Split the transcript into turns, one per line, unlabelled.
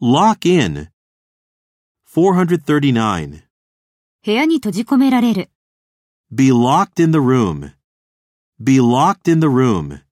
Lock in. 439.
部屋に閉じ込められる。
Be locked in the room. Be locked in the room.